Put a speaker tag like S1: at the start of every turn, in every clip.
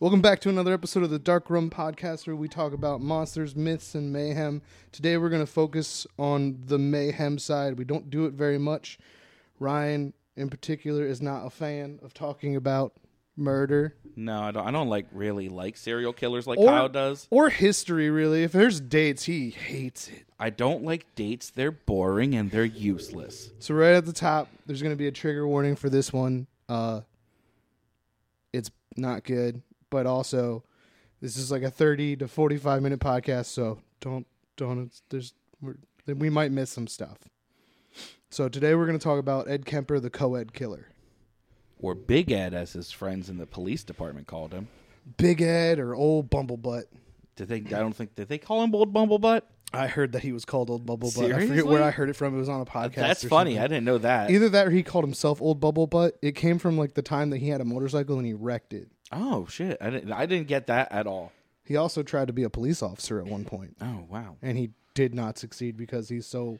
S1: Welcome back to another episode of the Dark Room Podcast, where we talk about monsters, myths, and mayhem. Today, we're going to focus on the mayhem side. We don't do it very much. Ryan, in particular, is not a fan of talking about murder
S2: No, I don't. I don't like really like serial killers like
S1: or
S2: Kyle does.
S1: or history. Really, if there's dates, he hates it.
S2: I don't like dates. They're boring and they're useless.
S1: So right at the top, there's going to be a trigger warning for this one. Uh, it's not good, but also this is like a 30 to 45 minute podcast, so don't don't it's- there's we're, then we might miss some stuff. So today we're going to talk about Ed Kemper, the co-ed killer,
S2: Or Big Ed, as his friends in the police department called him.
S1: Big Ed or Old Bumblebutt.
S2: Did they? I don't think. Did they call him Old Bumblebutt?
S1: I heard that he was called Old Bumblebutt. I forget
S2: Seriously?
S1: where I heard it from. It was on a podcast.
S2: That's
S1: or
S2: funny.
S1: something.
S2: I didn't know that.
S1: Either that or he called himself Old Bumblebutt. It came from like the time that he had a motorcycle and he wrecked it.
S2: oh shit! I didn't. I didn't get that at all.
S1: He also tried to be a police officer at one point,
S2: Oh wow.
S1: and he did not succeed because he's so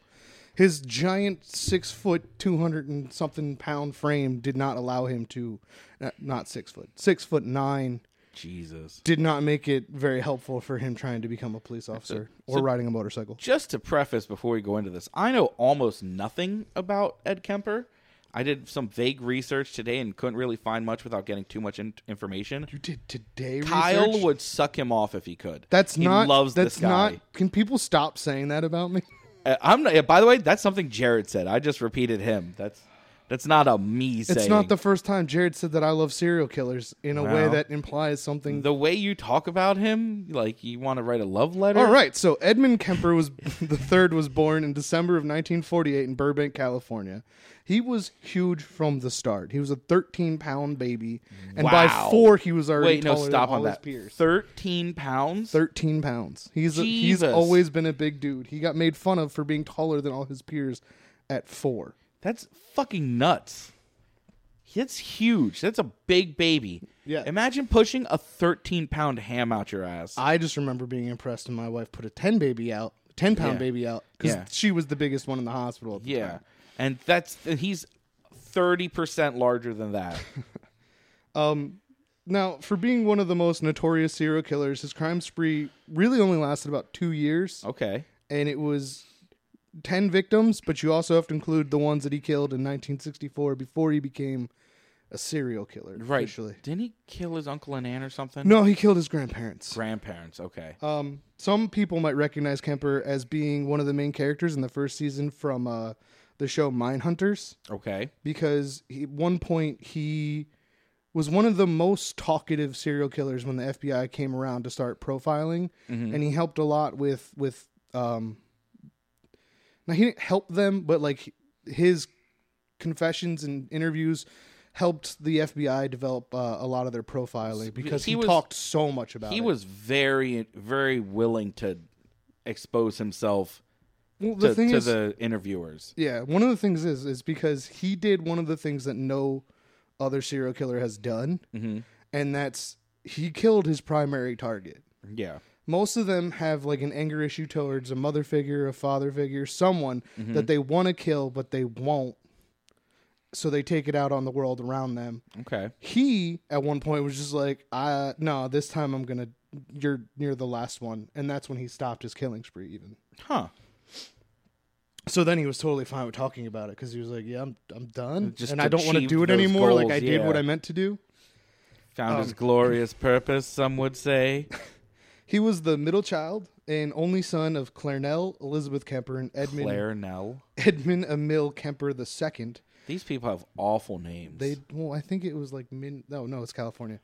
S1: his giant six foot two hundred and something pound frame did not allow him to uh, not six foot six foot nine
S2: Jesus.
S1: did not make it very helpful for him trying to become a police officer or riding a motorcycle.
S2: Just to preface before we go into this, I know almost nothing about Ed Kemper. I did some vague research today and couldn't really find much without getting too much in- information.
S1: You did today,
S2: Kyle
S1: research?
S2: would suck him off if he could.
S1: That's
S2: he
S1: not.
S2: Loves
S1: that's
S2: this guy.
S1: not. Can people stop saying that about me?
S2: Uh, I'm not, yeah, by the way, that's something Jared said. I just repeated him. That's that's not a me saying.
S1: It's not the first time Jared said that I love serial killers in a way
S2: Well,
S1: that implies something
S2: the way you talk about him. Like you want to write a love letter.
S1: All right, so Edmund Kemper was the third was born in December of 1948 in Burbank, California. He was huge from the start. He was a 13 pound baby, and by
S2: Wow.
S1: four he was already
S2: Wait, no,
S1: taller
S2: stop
S1: than
S2: on
S1: all his
S2: that.
S1: peers.
S2: Thirteen pounds.
S1: 13 pounds. He's a, he's
S2: Jesus.
S1: always been a big dude. He got made fun of for being taller than all his peers at four.
S2: That's fucking nuts. That's huge. That's a big baby.
S1: Yeah.
S2: Imagine pushing a thirteen pound ham out your ass.
S1: I just remember being impressed when my wife put a 10 baby out, 10 pound
S2: Yeah.
S1: baby out, because
S2: Yeah.
S1: she was the biggest one in the hospital. At the
S2: yeah.
S1: time.
S2: And that's and he's thirty percent larger than that.
S1: Now, for being one of the most notorious serial killers, his crime spree really only lasted about two years,
S2: Okay.
S1: and it was ten victims. But you also have to include the ones that he killed in 1964 before he became a serial killer
S2: Right.
S1: officially.
S2: Didn't he kill his uncle and aunt or something?
S1: No, he killed his grandparents.
S2: Grandparents. Okay.
S1: Um, some people might recognize Kemper as being one of the main characters in the first season from uh, the show Mindhunters.
S2: Okay.
S1: because he, at one point he was one of the most talkative serial killers when the FBI came around to start profiling,
S2: Mm-hmm.
S1: and he helped a lot with with. Um, now he didn't help them, but like his confessions and interviews helped the FBI develop uh, a lot of their profiling because he,
S2: he was-
S1: talked so much about
S2: He
S1: it.
S2: was very, very willing to expose himself
S1: well, the
S2: to,
S1: thing
S2: to
S1: is,
S2: the interviewers.
S1: Yeah, one of the things is is because he did one of the things that no other serial killer has done, and that's he killed his primary target.
S2: Yeah.
S1: Most of them have like an anger issue towards a mother figure, a father figure, someone that they want to kill but they won't, so they take it out on the world around them.
S2: Okay.
S1: He at one point was just like, "I no, this time I'm gonna you're near the last one," and that's when he stopped his killing spree. Even
S2: Huh.
S1: so then he was totally fine with talking about it because he was like, "Yeah, I'm I'm done,
S2: Uh, Just
S1: and I don't want to
S2: achieved
S1: do it
S2: those
S1: anymore. like
S2: goals,
S1: I did
S2: yeah.
S1: what I meant to do."
S2: Found
S1: Um,
S2: his glorious purpose, some would say.
S1: He was the middle child and only son of Clarnell Elizabeth Kemper and Edmund
S2: Claire Nell.
S1: Edmund Emil Kemper II.
S2: These people have awful names.
S1: They well, I think it was like Min. No, no, it's California.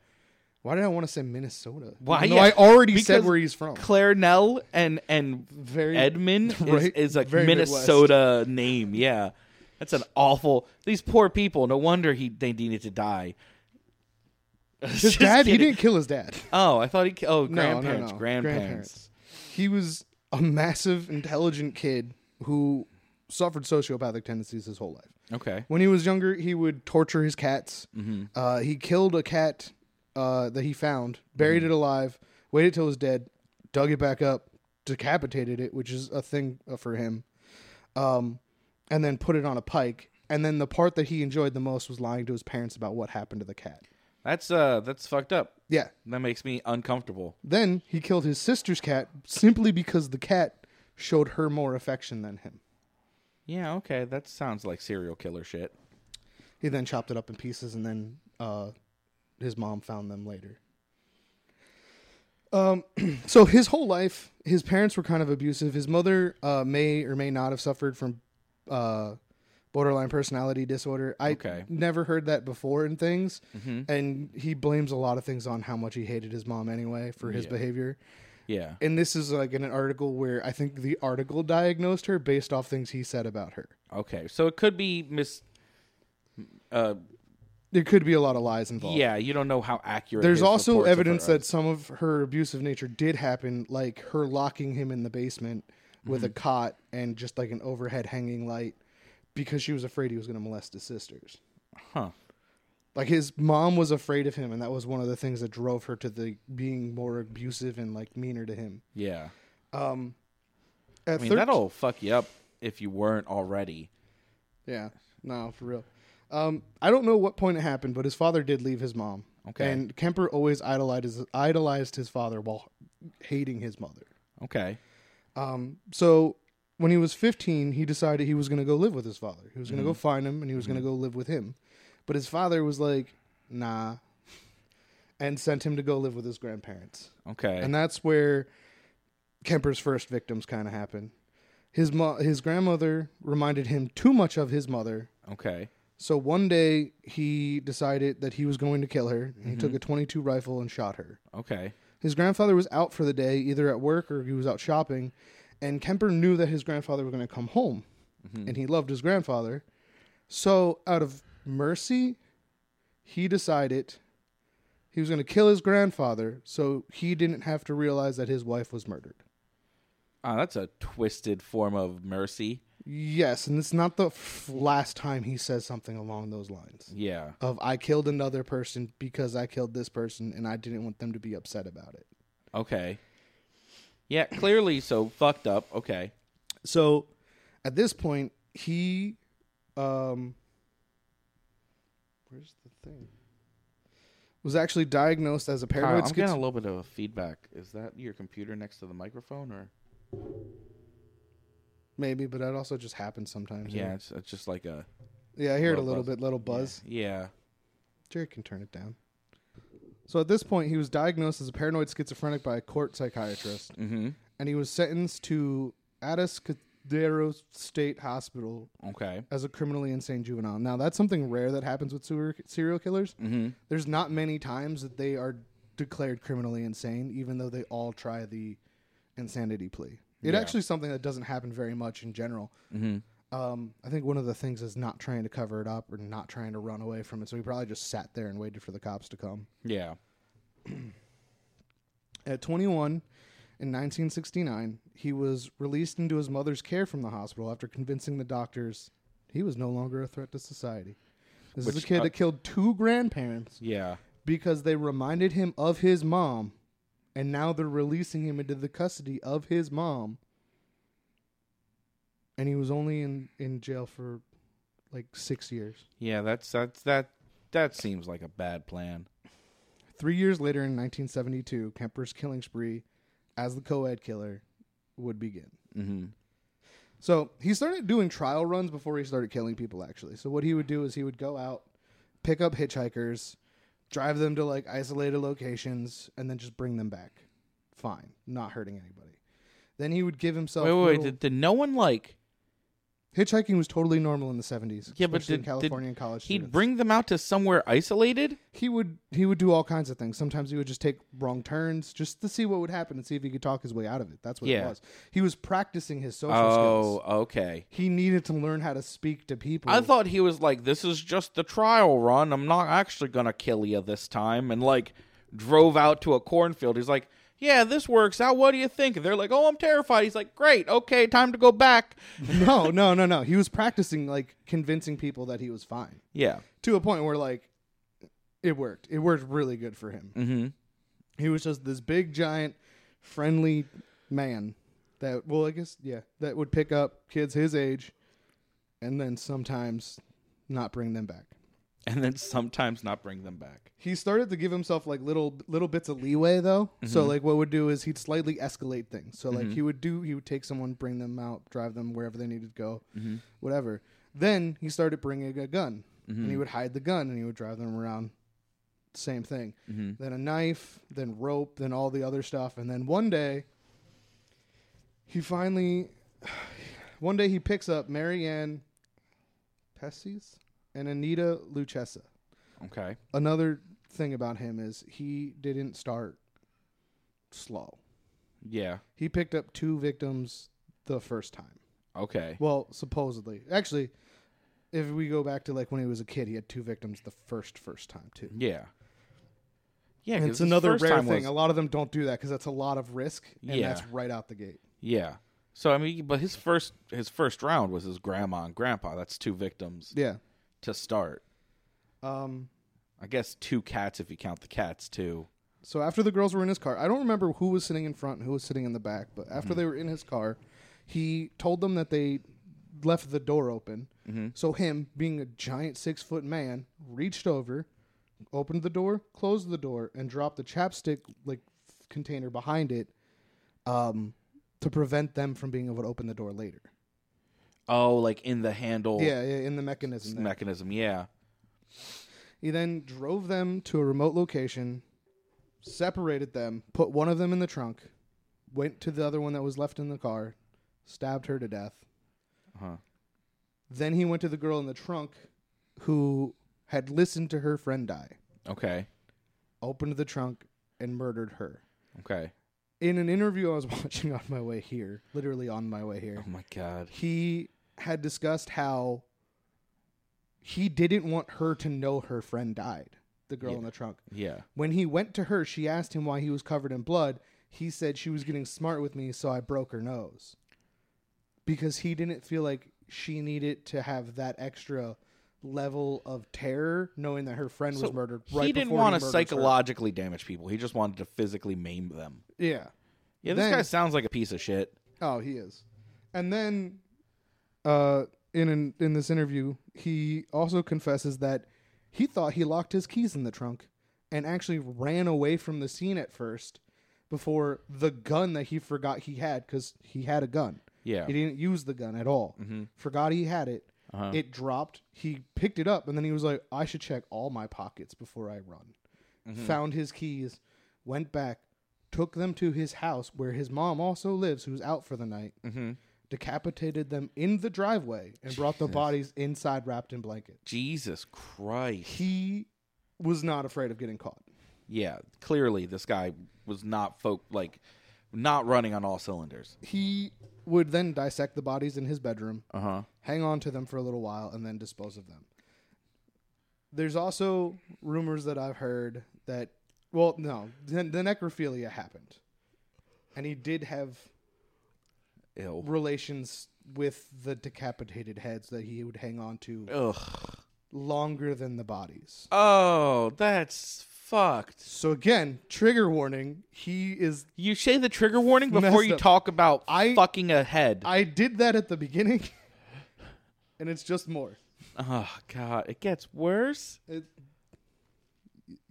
S1: Why did I want to say Minnesota?
S2: Why,
S1: No,
S2: yeah,
S1: I already said
S2: because
S1: where he's from.
S2: Claire Nell and and
S1: Very-
S2: Edmund is-
S1: right,
S2: is, a
S1: very
S2: Minnesota name. Yeah, that's an awful. These poor people. No wonder he they needed to die.
S1: His dad. He didn't kill his dad.
S2: Oh, I thought he. ki-
S1: No,
S2: Oh,
S1: no,
S2: grandparents,
S1: no.
S2: grandparents.
S1: He was a massive, intelligent kid who suffered sociopathic tendencies his whole life.
S2: Okay.
S1: When he was younger, he would torture his cats. Uh, he killed a cat uh, that he found, buried it alive, waited till it was dead, dug it back up, decapitated it, which is a thing uh, for him, um, and then put it on a pike. And then the part that he enjoyed the most was lying to his parents about what happened to the cat.
S2: That's uh that's fucked up.
S1: Yeah.
S2: That makes me uncomfortable.
S1: Then he killed his sister's cat simply because the cat showed her more affection than him.
S2: Yeah, okay, that sounds like serial killer shit.
S1: He then chopped it up in pieces, and then uh, his mom found them later. Um, so his whole life, his parents were kind of abusive. His mother uh, may or may not have suffered from uh, borderline personality disorder. I
S2: Okay.
S1: never heard that before in things, and he blames a lot of things on how much he hated his mom anyway for his behavior.
S2: Yeah.
S1: And this is like in an article where I think the article diagnosed her based off things he said about her.
S2: Okay. So it could be mis uh
S1: There could be a lot of lies involved.
S2: yeah, you don't know how accurate
S1: There's
S2: his
S1: also
S2: reports of
S1: evidence
S2: her are.
S1: that some of her abusive nature did happen, like her locking him in the basement with
S2: Mm-hmm.
S1: a cot and just like an overhead hanging light because she was afraid he was going to molest his sisters.
S2: Huh.
S1: Like his mom was afraid of him, and that was one of the things that drove her to the being more abusive and like meaner to him.
S2: Yeah.
S1: At
S2: I mean,
S1: 13
S2: that'll fuck you up if you weren't already.
S1: Yeah. No, for real. Um, I don't know what point it happened, but his father did leave his mom.
S2: Okay.
S1: And Kemper always idolized idolized his father while hating his mother.
S2: Okay.
S1: So when he was 15, he decided he was going to go live with his father. He was going to go find him and he was going to go live with him. But his father was like, "Nah." And sent him to go live with his grandparents.
S2: Okay.
S1: And that's where Kemper's first victims kind of happen. His mo- his grandmother reminded him too much of his mother
S2: okay.
S1: so one day he decided that he was going to kill her. And He took a 22 rifle and shot her.
S2: Okay.
S1: His grandfather was out for the day, either at work or he was out shopping, and Kemper knew that his grandfather was going to come home. And he loved his grandfather. So out of mercy, he decided he was going to kill his grandfather so he didn't have to realize that his wife was murdered.
S2: Ah, that's a twisted form of mercy.
S1: Yes, and it's not the f- last time he says something along those lines.
S2: Yeah.
S1: of I killed another person because I killed this person and I didn't want them to be upset about it.
S2: Okay. Yeah, clearly so fucked up. Okay.
S1: So at this point, he um where's the thing? Was actually diagnosed as a
S2: Kyle,
S1: paranoid
S2: I'm getting
S1: schizo-
S2: a little bit of a feedback. Is that your computer next to the microphone or?
S1: maybe, but that also just happens sometimes.
S2: Yeah, it's, it's just like a
S1: Yeah, I hear it a
S2: Little
S1: little
S2: buzz.
S1: bit, little buzz.
S2: yeah.
S1: Jerry can turn it down. So at this point, he was diagnosed as a paranoid schizophrenic by a court psychiatrist.
S2: Mm-hmm.
S1: and he was sentenced to Atascadero State Hospital
S2: Okay.
S1: as a criminally insane juvenile. Now that's something rare that happens with sewer, serial killers.
S2: Mm-hmm.
S1: There's not many times that they are declared criminally insane, even though they all try the insanity plea. It
S2: Yeah.
S1: actually is something that doesn't happen very much in general.
S2: Mm-hmm.
S1: Um, I think one of the things is not trying to cover it up or not trying to run away from it. So he probably just sat there and waited for the cops to come.
S2: Yeah.
S1: At 21 in 1969, he was released into his mother's care from the hospital after convincing the doctors he was no longer a threat to society. This is
S2: Which,
S1: a kid
S2: uh,
S1: that killed two grandparents
S2: Yeah.
S1: because they reminded him of his mom, and now they're releasing him into the custody of his mom. And he was only in, in jail for like six years.
S2: Yeah. That's that's that that seems like a bad plan.
S1: Three years later, in 1972, Kemper's killing spree as the co ed killer would begin.
S2: Mm-hmm.
S1: So he started doing trial runs before he started killing people, actually. So what he would do is he would go out, pick up hitchhikers, drive them to like isolated locations, and then just bring them back. Fine, not hurting anybody. Then he would give himself.
S2: Wait, wait, wait.
S1: little-
S2: Did, did no one like?
S1: Hitchhiking was totally normal in the seventies,
S2: Yeah, but
S1: especially in
S2: did- did-
S1: California and college.
S2: He'd
S1: students.
S2: bring them out to somewhere isolated.
S1: he would he would do all kinds of things. Sometimes he would just take wrong turns just to see what would happen and see if he could talk his way out of it. That's what it
S2: Yeah.
S1: was. He was practicing his social
S2: Oh,
S1: skills.
S2: okay.
S1: He needed to learn how to speak to people.
S2: I thought he was like, "This is just the trial run. I'm not actually gonna kill you this time." And like, drove out to a cornfield. He's like, "Yeah, this works out. What do you think?" And they're like, "Oh, I'm terrified." He's like, "Great, okay, time to go back."
S1: no, no, no, no. He was practicing like convincing people that he was fine
S2: Yeah.
S1: to a point where like it worked. It worked really good for him.
S2: Mm-hmm.
S1: He was just this big, giant, friendly man that, well, I guess, yeah, that would pick up kids his age and then sometimes not bring them back.
S2: and then sometimes not bring them back.
S1: He started to give himself like little little bits of leeway though. So like what would do is he'd slightly escalate things. So like he would do he would take someone, bring them out, drive them wherever they needed to go, whatever. Then he started bringing a gun, and he would hide the gun and he would drive them around. Same thing. Then a knife, then rope, then all the other stuff, and then one day he finally one day he picks up Marianne Pessis and Anita Lucchesa
S2: Okay.
S1: another thing about him is he didn't start slow.
S2: Yeah.
S1: He picked up two victims the first time.
S2: Okay.
S1: Well, supposedly. Actually, if we go back to like when he was a kid, he had two victims the first first time too.
S2: Yeah. Yeah,
S1: And
S2: 'cause
S1: it's
S2: his
S1: another
S2: first
S1: rare
S2: time
S1: thing.
S2: was-
S1: A lot of them don't do that because that's a lot of risk, and
S2: Yeah.
S1: that's right out the gate.
S2: yeah. So I mean, but his first his first round was his grandma and grandpa. That's two victims
S1: Yeah.
S2: to start.
S1: Um.
S2: I guess two cats if you count the cats too.
S1: So after the girls were in his car, I don't remember who was sitting in front and who was sitting in the back, but after they were in his car, he told them that they left the door open. So him, being a giant six foot man, reached over, opened the door, closed the door, and dropped the chapstick like container behind it, um, to prevent them from being able to open the door later.
S2: Oh, like in the handle
S1: Yeah, yeah, in the mechanism. there.
S2: mechanism. Yeah.
S1: He then drove them to a remote location, separated them, put one of them in the trunk, went to the other one that was left in the car, stabbed her to death.
S2: Uh-huh.
S1: Then he went to the girl in the trunk who had listened to her friend die,
S2: Okay.
S1: opened the trunk, and murdered her.
S2: Okay.
S1: In an interview I was watching on my way here, literally on my way here,
S2: Oh my god.
S1: he had discussed how he didn't want her to know her friend died, the girl in the trunk.
S2: Yeah.
S1: When he went to her, she asked him why he was covered in blood. He said she was getting smart with me, so I broke her nose. Because he didn't feel like she needed to have that extra level of terror knowing that her friend was murdered right
S2: he didn't
S1: before
S2: want to
S1: murders her.
S2: psychologically damage people. He just wanted to physically maim them.
S1: Yeah.
S2: Yeah, this
S1: Then-
S2: guy sounds like a piece of shit.
S1: Oh, he is. And then uh in an, in this interview, he also confesses that he thought he locked his keys in the trunk and actually ran away from the scene at first before the gun that he forgot he had cuz he had a gun.
S2: Yeah.
S1: He didn't use the gun at all. Forgot he had it.
S2: Uh-huh.
S1: It dropped. He picked it up and then he was like, I should check all my pockets before I run. Found his keys, went back, took them to his house where his mom also lives, who's out for the night,
S2: Mhm.
S1: decapitated them in the driveway, and brought the bodies inside wrapped in blanket.
S2: Jesus Christ.
S1: He was not afraid of getting caught.
S2: Yeah, clearly this guy was not folk like not running on all cylinders.
S1: He would then dissect the bodies in his bedroom,
S2: Uh huh.
S1: hang on to them for a little while, and then dispose of them. There's also rumors that I've heard that, well, no, the, the necrophilia happened. And he did have
S2: Ew.
S1: relations with the decapitated heads that he would hang on to
S2: Ugh.
S1: longer than the bodies.
S2: Oh, that's fucked.
S1: So again, trigger warning. He is.
S2: You say the trigger warning before
S1: Messed
S2: you
S1: up.
S2: talk about
S1: I-
S2: fucking a head.
S1: I did that at the beginning, and it's just more.
S2: oh god, it gets worse.
S1: It,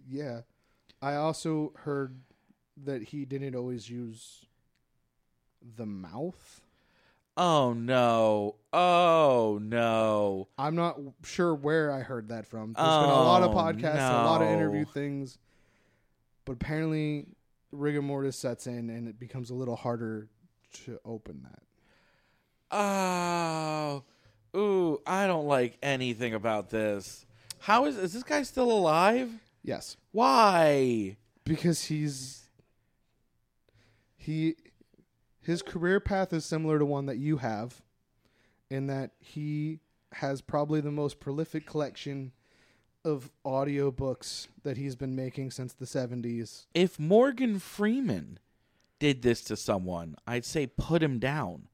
S1: yeah, I also heard that he didn't always use the mouth.
S2: Oh no. Oh no.
S1: I'm not sure where I heard that from. There's been a lot of
S2: Oh,
S1: podcasts, and a lot of
S2: no.
S1: interview things, but apparently rigor mortis sets in, and it becomes a little harder to open that.
S2: Oh. Ooh, I don't like anything about this. How is is this guy still alive?
S1: Yes.
S2: Why?
S1: because he's he his career path is similar to one that you have in that he has probably the most prolific collection of audiobooks that he's been making since the 70s
S2: if Morgan Freeman did this to someone, I'd say put him down.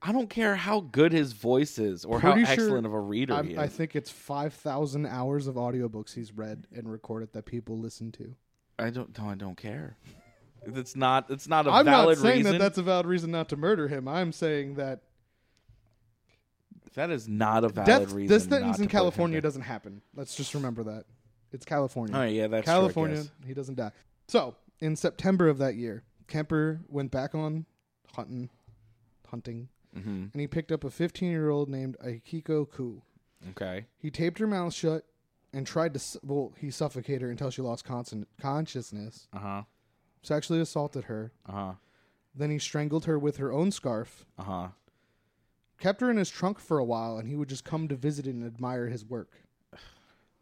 S2: I don't care how good his voice is or
S1: Pretty
S2: how
S1: sure
S2: excellent of a reader he
S1: I'm,
S2: is.
S1: i think it's 5000 hours of audiobooks he's read and recorded that people listen to
S2: I don't. No, I don't care. It's not. It's not a
S1: i'm not
S2: valid
S1: saying
S2: reason.
S1: that that's a valid reason not to murder him i'm saying that
S2: That is not a valid
S1: Death,
S2: reason.
S1: this
S2: not
S1: sentence
S2: to
S1: in
S2: put him
S1: California
S2: down.
S1: doesn't happen. Let's just remember that. It's California.
S2: Oh yeah, that's true, I
S1: California,
S2: guess.
S1: he doesn't die. So in September of that year, Kemper went back on hunting, hunting,
S2: Mhm.
S1: and he picked up a 15 year old named Aikiko Ku.
S2: Okay.
S1: He taped her mouth shut and tried to su- well, he suffocated her until she lost consci- consciousness.
S2: Uh huh.
S1: Sexually assaulted her.
S2: Uh huh.
S1: Then he strangled her with her own scarf.
S2: Uh huh.
S1: Kept her in his trunk for a while, and he would just come to visit and admire his work.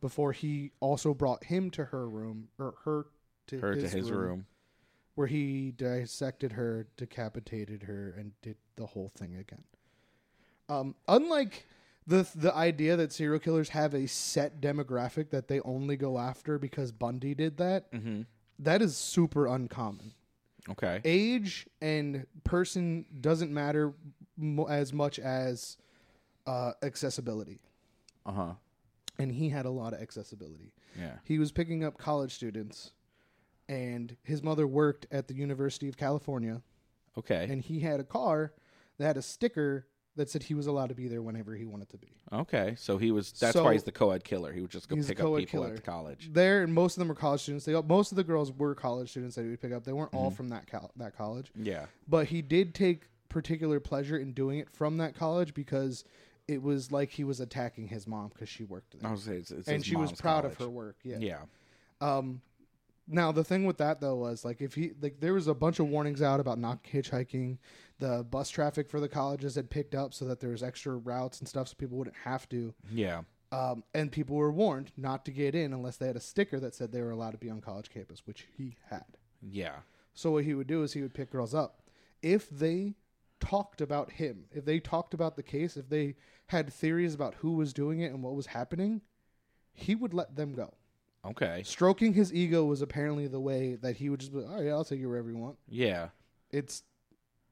S1: Before he also brought him to her room, or her to
S2: Her
S1: his
S2: to his room.
S1: room. where he dissected her, decapitated her, and did the whole thing again. Um, unlike the the idea that serial killers have a set demographic that they only go after because Bundy did that, that is super uncommon.
S2: Okay.
S1: Age and person doesn't matter mo- as much as uh, accessibility,
S2: Uh huh.
S1: and he had a lot of accessibility
S2: Yeah.
S1: he was picking up college students and his mother worked at the university of california
S2: Okay.
S1: and he had a car that had a sticker that said he was allowed to be there whenever he wanted to be
S2: Okay. So he was. That's
S1: So-
S2: why he's the co-ed killer. He would just go
S1: He's the
S2: pick up
S1: co-ed
S2: people
S1: killer.
S2: at the college.
S1: there and most of them were college students they all- most of the girls were college students that he would pick up they weren't
S2: Mm-hmm.
S1: all from that col- that college
S2: Yeah.
S1: but he did take particular pleasure in doing it from that college because it was like he was attacking his mom because she worked there
S2: I was saying it's, it's
S1: and
S2: his
S1: she was
S2: mom's
S1: proud of her
S2: college.
S1: work
S2: Yeah.
S1: Now the thing with that though was like if he like there was a bunch of warnings out about not hitchhiking. The bus traffic for the colleges had picked up so that there was extra routes and stuff so people wouldn't have to.
S2: Yeah.
S1: Um, and people were warned not to get in unless they had a sticker that said they were allowed to be on college campus, which he had.
S2: Yeah.
S1: So what he would do is he would pick girls up. If they talked about him, if they talked about the case, if they had theories about who was doing it and what was happening, he would let them go
S2: Okay.
S1: stroking his ego was apparently the way that he would just be like, all right, I'll take you wherever you want.
S2: Yeah.
S1: It's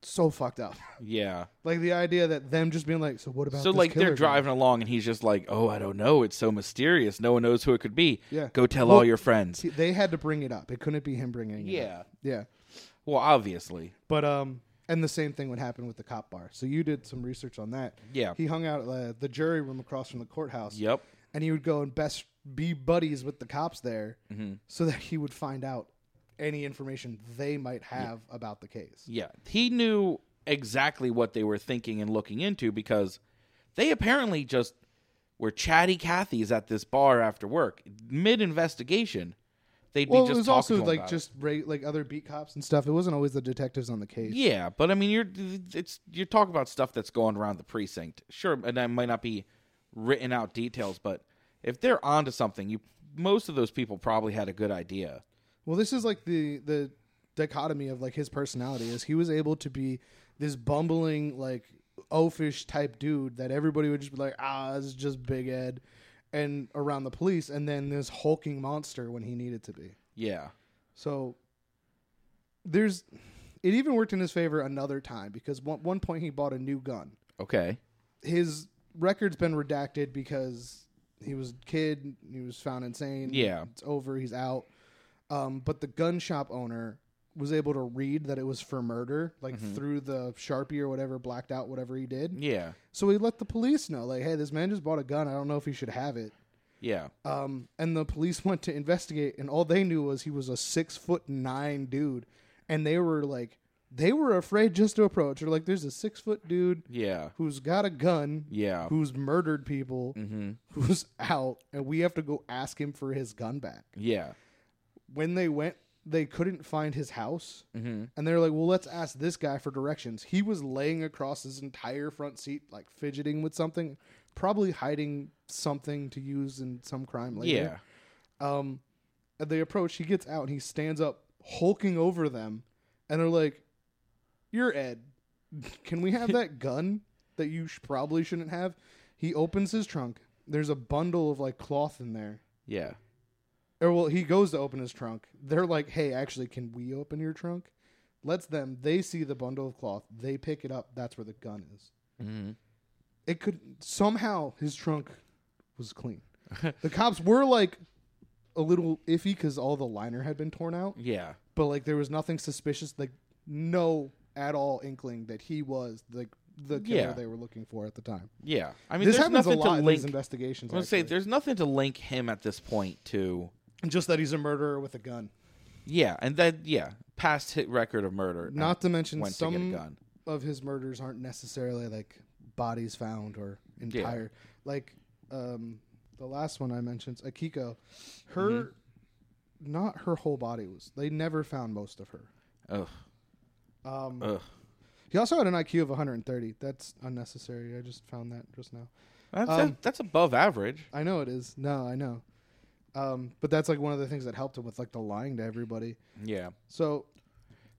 S1: so fucked up.
S2: Yeah.
S1: like the idea that them just being like, so what about
S2: So
S1: this
S2: like
S1: killer
S2: they're
S1: guy?"
S2: driving along and he's just like, "Oh, I don't know. It's so mysterious. No one knows who it could be.
S1: Yeah.
S2: Go tell
S1: Well,
S2: all your friends."
S1: See, They had to bring it up. It couldn't be him bringing it.
S2: Yeah.
S1: up. yeah.
S2: Well, obviously.
S1: But um, and the same thing would happen with the cop bar. So you did some research on that.
S2: Yeah.
S1: He hung out at uh, the jury room across from the courthouse.
S2: Yep.
S1: And he would go and best be buddies with the cops there,
S2: Mm-hmm.
S1: so that he would find out any information they might have about the case.
S2: Yeah. He knew exactly what they were thinking and looking into because they apparently just were chatty Cathy's at this bar after work. Mid investigation, they'd
S1: Well,
S2: be just
S1: it was
S2: talking
S1: also
S2: to him
S1: like
S2: about
S1: just ra- like other beat cops and stuff. It wasn't always the detectives on the
S2: it.
S1: case.
S2: Yeah, but I mean you're it's you're talking about stuff that's going around the precinct. Sure, and that might not be written out details, but if they're onto something, you most of those people probably had a good idea.
S1: Well, this is like the the dichotomy of like his personality is he was able to be this bumbling like oafish type dude that everybody would just be like, ah, it's just Big Ed, and around the police, and then this hulking monster when he needed to be.
S2: Yeah.
S1: So there's it even worked in his favor another time because one one point he bought a new gun.
S2: Okay.
S1: his record's been redacted because he was a kid, he was found insane.
S2: Yeah.
S1: it's over. He's out. Um, but the gun shop owner was able to read that it was for murder, like through the sharpie or whatever, blacked out whatever he did.
S2: Yeah.
S1: So he let the police know, like, hey, this man just bought a gun. I don't know if he should have it.
S2: Yeah.
S1: Um, and the police went to investigate, and all they knew was he was a six foot nine dude, and they were like, they were afraid just to approach. They're like, there's a six foot dude
S2: Yeah.
S1: who's got a gun
S2: Yeah.
S1: who's murdered people, who's out, and we have to go ask him for his gun back.
S2: Yeah.
S1: When they went, they couldn't find his house, and they're like, "Well, let's ask this guy for directions." He was laying across his entire front seat, like fidgeting with something, probably hiding something to use in some crime later.
S2: Yeah.
S1: um, And they approach. He gets out, and he stands up, hulking over them, and they're like, "You're Ed. Can we have that gun that you sh- probably shouldn't have?" He opens his trunk. There's a bundle of like cloth in there.
S2: Yeah.
S1: Or well, he goes to open his trunk. They're like, "Hey, actually, can we open your trunk?" Let's them. They see the bundle of cloth. They pick it up. That's where the gun is.
S2: Mm-hmm.
S1: It could somehow his trunk was clean. the cops were like a little iffy because all the liner had been torn out,
S2: Yeah.
S1: but like there was nothing suspicious. Like no at all inkling that he was like the killer
S2: Yeah.
S1: they were looking for at the time.
S2: Yeah, I mean,
S1: this
S2: there's
S1: happens a
S2: nothing
S1: lot
S2: to
S1: in
S2: link.
S1: these investigations.
S2: I'm gonna say
S1: actually.
S2: there's nothing to link him at this point to.
S1: just that he's a murderer with a gun.
S2: Yeah, and that yeah, past hit record of murder. and
S1: Not to mention
S2: went to get a
S1: some
S2: gun.
S1: of his murders aren't necessarily like bodies found or entire. Like um, the last one I mentioned, Akiko, her not her whole body was. They never found most of her.
S2: Ugh,
S1: Um,
S2: ugh.
S1: he also had an IQ of 130. That's unnecessary. I just found that just now.
S2: That's,
S1: Um,
S2: that- that's above average.
S1: I know it is. No, I know. Um, but that's like one of the things that helped him with like the lying to everybody.
S2: Yeah,
S1: So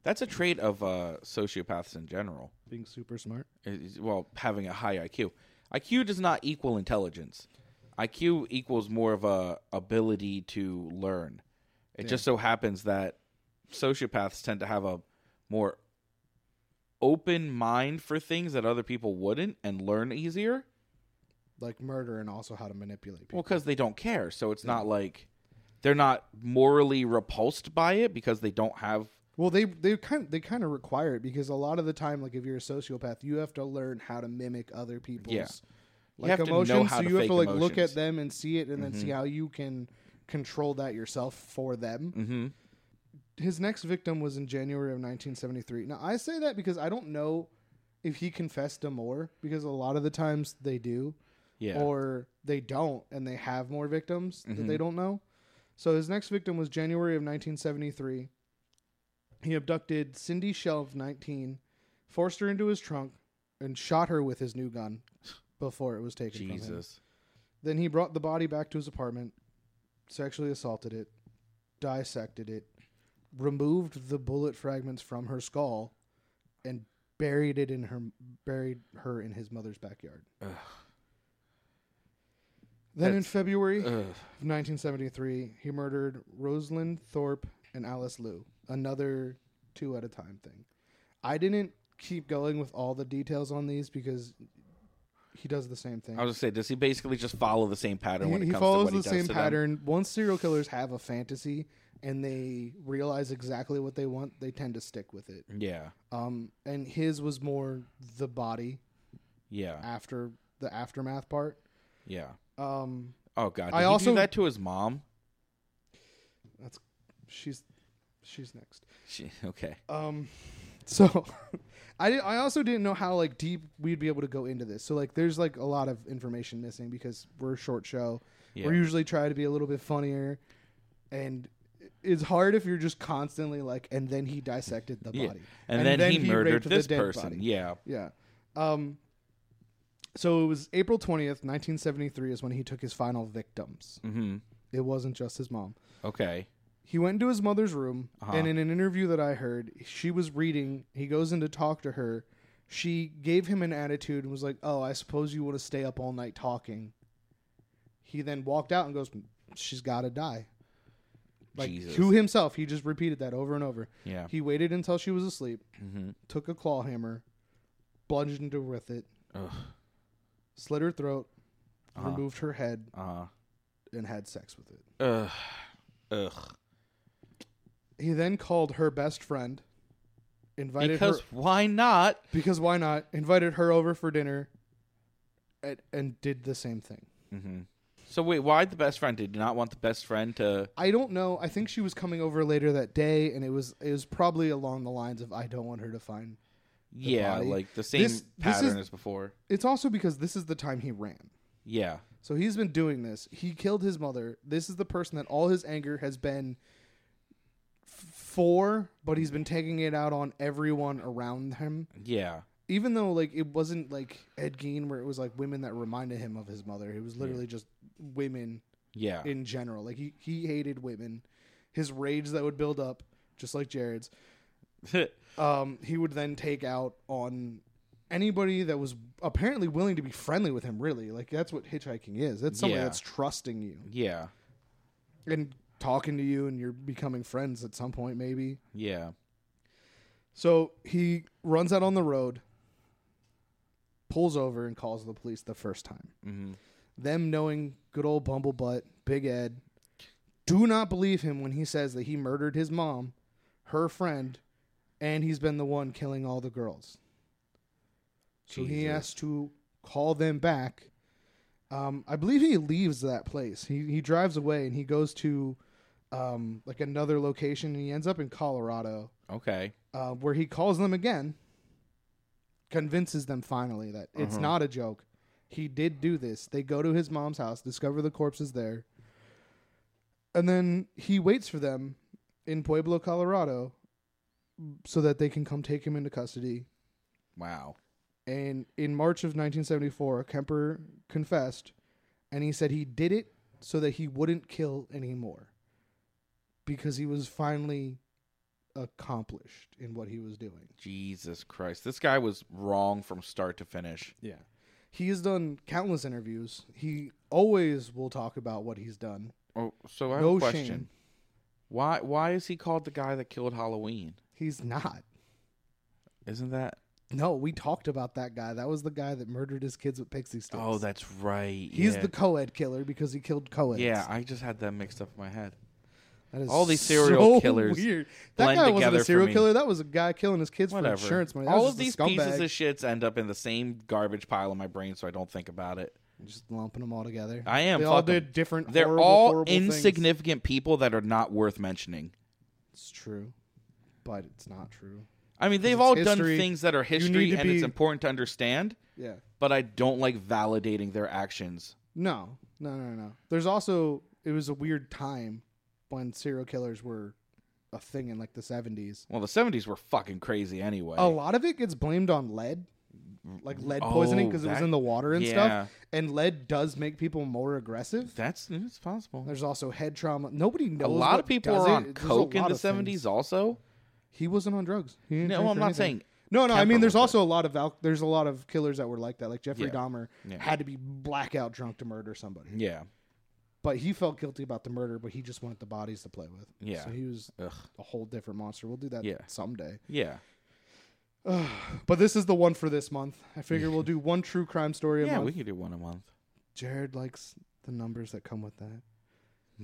S2: that's a trait of uh, sociopaths in general.
S1: being super smart.
S2: is- well, having a high IQ. IQ does not equal intelligence. IQ equals more of a ability to learn. It just so happens that sociopaths tend to have a more open mind for things that other people wouldn't and learn easier.
S1: like murder and also how to manipulate people.
S2: Well, because they don't care. So it's not like they're not morally repulsed by it because they don't have.
S1: Well, they they kind they kind of require it because a lot of the time, like if you're a sociopath, you have to learn how to mimic other people's
S2: Yeah. You
S1: like
S2: have to know
S1: emotions.
S2: how
S1: so
S2: to
S1: you have
S2: fake
S1: to like look
S2: emotions. Mm-hmm.
S1: at them and see it, and then see how you can control that yourself for them.
S2: Mhm.
S1: His next victim was in January of 1973. Now I say that because I don't know if he confessed to more because a lot of the times they do.
S2: Yeah. Mm-hmm.
S1: or they don't and they have more victims that they don't know. So his next victim was January of 1973. He abducted Cindy Shelv, 19, forced her into his trunk, and shot her with his new gun before it was taken from him.
S2: Jesus.
S1: Then he brought the body back to his apartment, sexually assaulted it, dissected it, removed the bullet fragments from her skull, and buried it in her buried her in his mother's backyard.
S2: Ugh.
S1: Then in
S2: That's-
S1: February
S2: Ugh.
S1: of 1973, he murdered Rosalind Thorpe and Alice Liu, another two at a time thing. I didn't keep going with all the details on these because he does the same thing.
S2: I was gonna say, does he basically just follow the same pattern when
S1: He, he
S2: it comes to
S1: follows
S2: what he
S1: the
S2: does
S1: same
S2: to them?
S1: pattern. Once serial killers have a fantasy and they realize exactly what they want, they tend to stick with it.
S2: Yeah,
S1: Um, and his was more the body
S2: yeah,
S1: after the aftermath part.
S2: yeah.
S1: Um,
S2: Oh god, did
S1: I
S2: he
S1: also-
S2: do that to his mom?
S1: that's she's she's next.
S2: She, okay,
S1: Um, so I di- I also didn't know how like deep we'd be able to go into this. So like, there's like a lot of information missing because we're a short show.
S2: Yeah.
S1: We're usually try to be a little bit funnier, and i- it's hard if you're just constantly like, and then he dissected the
S2: yeah.
S1: body,
S2: And, then, he, murdered
S1: raped the
S2: this
S1: dead
S2: person.
S1: body.
S2: Yeah,
S1: Yeah. Um. So it was April twentieth, nineteen seventy three, is when he took his final victims.
S2: hmm
S1: It wasn't just his mom
S2: okay,
S1: he went into his mother's room
S2: Uh-huh.
S1: and in an interview that i heard she was reading he goes in to talk to her she gave him an attitude and was like oh i suppose you want to stay up all night talking he then walked out and goes she's got to die like
S2: Jesus.
S1: to himself he just repeated that over and over
S2: yeah,
S1: he waited until she was asleep
S2: hmm
S1: took a claw hammer plunged into her with it
S2: Ugh.
S1: slit her throat
S2: Uh-huh.
S1: removed her head
S2: uh,
S1: and had sex with it
S2: ugh, ugh.
S1: he then called her best friend invited her
S2: Because why not?
S1: Because why not? Invited her over for dinner and, and did the same thing.
S2: hmm So wait, why the best friend? Did you not want the best friend to?
S1: I don't know. I think she was coming over later that day and it was it was probably along the lines of I don't want her to find.
S2: yeah,
S1: body.
S2: like the same
S1: This- this is-
S2: pattern as before.
S1: It's also because this is the time he ran.
S2: Yeah,
S1: So he's been doing this. He killed his mother. This is the person that all his anger has been f- for, but he's been taking it out on everyone around him.
S2: yeah,
S1: even though like it wasn't like Ed Gein where it was like women that reminded him of his mother. It was literally just women
S2: yeah,
S1: in general. Like he, he hated women. His rage that would build up, just like Jared's, um, he would then take out on anybody that was apparently willing to be friendly with him, really. Like that's what hitchhiking is. That's somebody
S2: Yeah.
S1: that's trusting you
S2: yeah,
S1: and talking to you and you're becoming friends at some point maybe.
S2: yeah.
S1: So he runs out on the road, pulls over, and calls the police the first time.
S2: hmm
S1: Them knowing good old Bumblebutt, Big Ed, do not believe him when he says that he murdered his mom, her friend, and he's been the one killing all the girls. So he has to call them back. Um, I believe he leaves that place. He he drives away and he goes to um, like another location and he ends up in Colorado
S2: Okay.
S1: uh, where he calls them again, convinces them finally that it's not a joke. He did do this. They go to his mom's house, discover the corpse is there, and then he waits for them in Pueblo, Colorado, so that they can come take him into custody.
S2: Wow.
S1: And in March of 1974, Kemper confessed, and he said he did it so that he wouldn't kill anymore because he was finally accomplished in what he was doing.
S2: Jesus Christ. This guy was wrong from start to finish.
S1: Yeah. He has done countless interviews. He always will talk about what he's done.
S2: Oh, so I have
S1: No
S2: a question.
S1: shame.
S2: Why why is he called the guy that killed Halloween?
S1: He's not.
S2: Isn't that
S1: No, we talked about that guy. That was the guy that murdered his kids with pixie sticks.
S2: Oh, that's right.
S1: He's
S2: yeah.
S1: the co-ed killer because he killed co-eds.
S2: Yeah, I just had that mixed up in my head.
S1: That is
S2: All these serial
S1: so
S2: killers
S1: Weird. That
S2: blend
S1: guy wasn't
S2: together
S1: a
S2: for
S1: serial
S2: me.
S1: killer. That was a guy killing his kids
S2: Whatever.
S1: for insurance money. That
S2: All
S1: was
S2: of these
S1: just a scumbag.
S2: pieces of shits end up in the same garbage pile in my brain, so I don't think about it.
S1: just lumping them all together.
S2: I am.
S1: They all
S2: fuck 'em.
S1: did different.
S2: They're
S1: horrible,
S2: all
S1: horrible Things.
S2: insignificant people that are not worth mentioning.
S1: It's true, but it's not true.
S2: I mean, they've
S1: it's
S2: all done
S1: history.
S2: things that are history
S1: to
S2: and it's
S1: be-
S2: important to understand,
S1: Yeah.
S2: but I don't like validating their actions.
S1: No. No. No. No. There's also it was a weird time when serial killers were a thing in like the 70s.
S2: Well, the 70s were fucking crazy anyway.
S1: A lot of it gets blamed on lead, like lead poisoning
S2: Oh,
S1: because it was
S2: that-
S1: in the water and
S2: yeah.
S1: stuff. And lead does make people more aggressive.
S2: That's it's possible.
S1: There's also head trauma. Nobody knows.
S2: A lot
S1: what
S2: of people
S1: does
S2: were
S1: it.
S2: on
S1: There's a
S2: coke in
S1: lot
S2: the
S1: of things.
S2: 70s also.
S1: He wasn't on drugs. He didn't
S2: No,
S1: drink
S2: I'm
S1: or
S2: not
S1: anything.
S2: saying
S1: No, no. I
S2: temper
S1: mean, there's
S2: with
S1: also a lot of al- there's a lot of killers that were like that. Like Jeffrey
S2: Yeah.
S1: Dahmer
S2: Yeah.
S1: had to be blackout drunk to murder somebody,
S2: Yeah.
S1: but he felt guilty about the murder, but he just wanted the bodies to play with.
S2: Yeah.
S1: so he was
S2: Ugh.
S1: a whole different monster. We'll do that
S2: Yeah.
S1: someday.
S2: Yeah.
S1: But this is the one for this month. I figure we'll do one true crime story a
S2: Yeah,
S1: month.
S2: we could do one a month.
S1: Jared likes the numbers that come with that.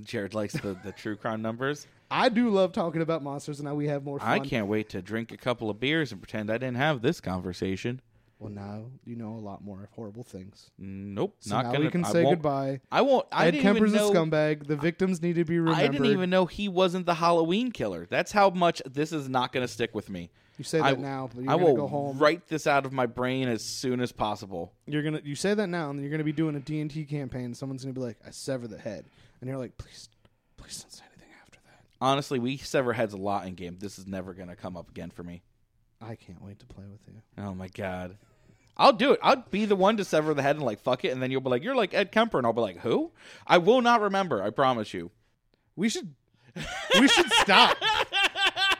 S2: Jared likes the, the true crime numbers.
S1: I do love talking about monsters, and now we have more fun.
S2: I can't wait to drink a couple of beers and pretend I didn't have this conversation.
S1: Well, now you know a lot more of horrible things.
S2: Nope,
S1: So
S2: not
S1: now
S2: gonna.
S1: we can
S2: I
S1: say
S2: won't-
S1: goodbye.
S2: I won't. I
S1: Ed
S2: didn't
S1: Kemper's
S2: even
S1: a
S2: know.
S1: scumbag. The victims need to be remembered.
S2: I didn't even know he wasn't the Halloween killer. That's how much this is not going to stick with me.
S1: You say that
S2: I,
S1: now, but you're
S2: I
S1: gonna
S2: will
S1: go home.
S2: write this out of my brain as soon as possible.
S1: You're gonna you say that now, and you're gonna be doing a D and T campaign. and Someone's gonna be like, "I sever the head," and you're like, "Please, please don't say anything after that."
S2: Honestly, we sever heads a lot in game. This is never going to come up again for me.
S1: I can't wait to play with you.
S2: Oh my god. I'll do it. I'll be the one to sever the head and like fuck it, and then you'll be like, "You're like Ed Kemper," and I'll be like, "Who?" I will not remember. I promise you.
S1: We should, we should stop.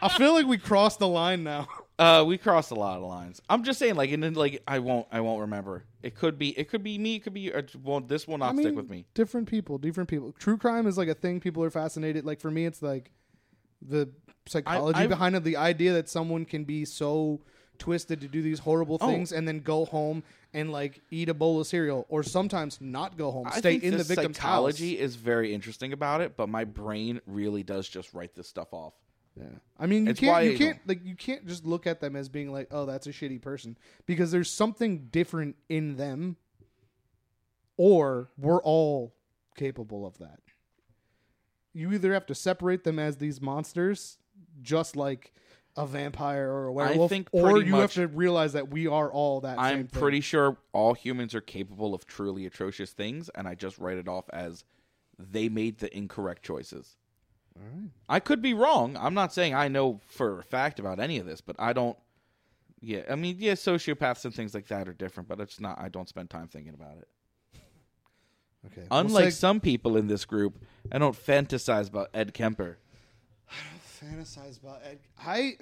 S1: I feel like we crossed the line now.
S2: Uh, we crossed a lot of lines. I'm just saying, like, and then like, I won't, I won't remember. It could be, it could be me. It could be. It won't, this will not
S1: I mean,
S2: stick with me.
S1: different people, different people. True crime is like a thing people are fascinated. Like for me, it's like the psychology
S2: I've-
S1: behind it, the idea that someone can be so twisted to do these horrible
S2: Oh.
S1: things and then go home and like eat a bowl of cereal, or sometimes not go home,
S2: I
S1: stay
S2: think
S1: in the
S2: this
S1: victim's
S2: psychology is very interesting about it, but my brain really does just write this stuff off.
S1: house. Yeah, I mean, you
S2: It's why
S1: can't,
S2: I
S1: you can't like you can't just look at them as being like, oh, that's a shitty person, because there's something different in them, or we're all capable of that. you either have to separate them as these monsters, just like a vampire or a werewolf,
S2: think
S1: or
S2: pretty
S1: you
S2: much-
S1: have to realize that we are all that.
S2: I'm
S1: same thing.
S2: pretty sure all humans are capable of truly atrocious things, and I just write it off as they made the incorrect choices. I could be wrong. I'm not saying I know for a fact about any of this, but I don't. Yeah, I mean, yeah, sociopaths and things like that are different, but it's not. I don't spend time thinking about it.
S1: okay. we'll
S2: Unlike
S1: seg-
S2: some people in this group, I don't fantasize about Ed Kemper.
S1: fantasize about Ed. I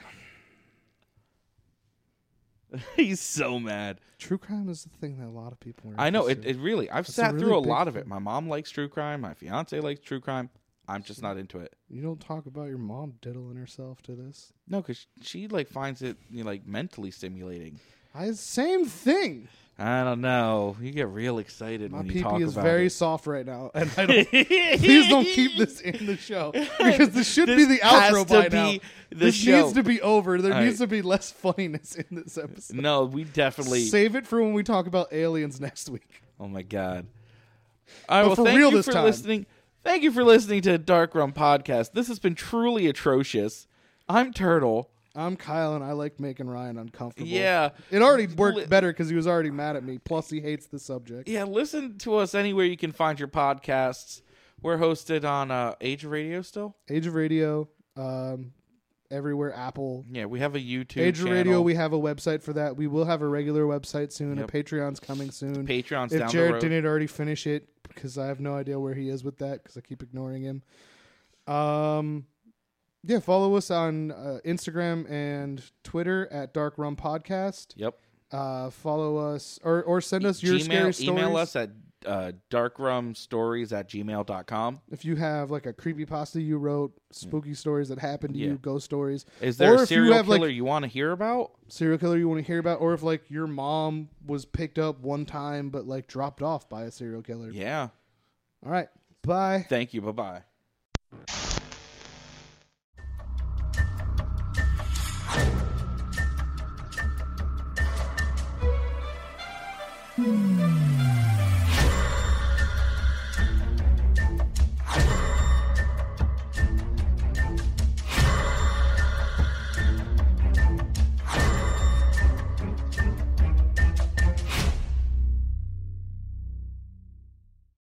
S2: He's so mad.
S1: true crime is the thing that a lot of people. Are
S2: I know it,
S1: interested
S2: it. Really, I've
S1: a
S2: sat
S1: really
S2: through a
S1: big
S2: lot of it. My mom likes true crime. My fiance likes true crime. I'm just not into it.
S1: in. You don't talk about your mom diddling herself to this.
S2: No, because she like finds it you know, like mentally stimulating.
S1: I same thing.
S2: I don't know. You get real excited
S1: My
S2: when you talk
S1: PP is
S2: about
S1: very
S2: it.
S1: soft right now, and I don't. please don't keep this in the show because this should be
S2: This
S1: the
S2: has
S1: outro
S2: to
S1: by now.
S2: be the
S1: this
S2: show.
S1: needs to be over. There
S2: All
S1: needs
S2: right.
S1: to be less funniness in this episode.
S2: No, we definitely.
S1: Save it for when we talk about aliens next week.
S2: Oh my god! I will
S1: for
S2: thank
S1: real
S2: you
S1: this
S2: for
S1: time.
S2: listening. Thank you for listening to Dark Rum Podcast. This has been truly atrocious. I'm Turtle.
S1: I'm Kyle, and I like making Ryan uncomfortable.
S2: Yeah.
S1: it already worked
S2: Li-
S1: better because he was already mad at me. Plus, he hates the subject.
S2: Yeah, listen to us anywhere you can find your podcasts. We're hosted on uh, Age of Radio still.
S1: Age of Radio, um, everywhere. Apple.
S2: Yeah, we have a YouTube
S1: Age
S2: channel.
S1: of Radio. We have a website for that. We will have a regular website soon.
S2: Yep.
S1: A Patreon's coming soon.
S2: Patreon's
S1: if
S2: down
S1: Jared
S2: the road.
S1: didn't already finish it, because I have no idea where he is with that, because I keep ignoring him. Um, yeah, follow us on uh, Instagram and Twitter at Dark Rum Podcast.
S2: Yep. E-
S1: Uh, follow us or or send us your scary
S2: Gmail,
S1: stories.
S2: email us at uh, darkrumstories at gmail.com.
S1: If you have like a creepy pasta you wrote, spooky stories that happened to
S2: Yeah.
S1: you, ghost stories.
S2: Is
S1: Or
S2: there
S1: if
S2: a
S1: you
S2: serial
S1: have, like-
S2: killer you want to hear about?
S1: serial killer you want to hear about, or if like your mom was picked up one time but like dropped off by a serial killer.
S2: Yeah.
S1: All right. Bye.
S2: Thank you. Bye bye.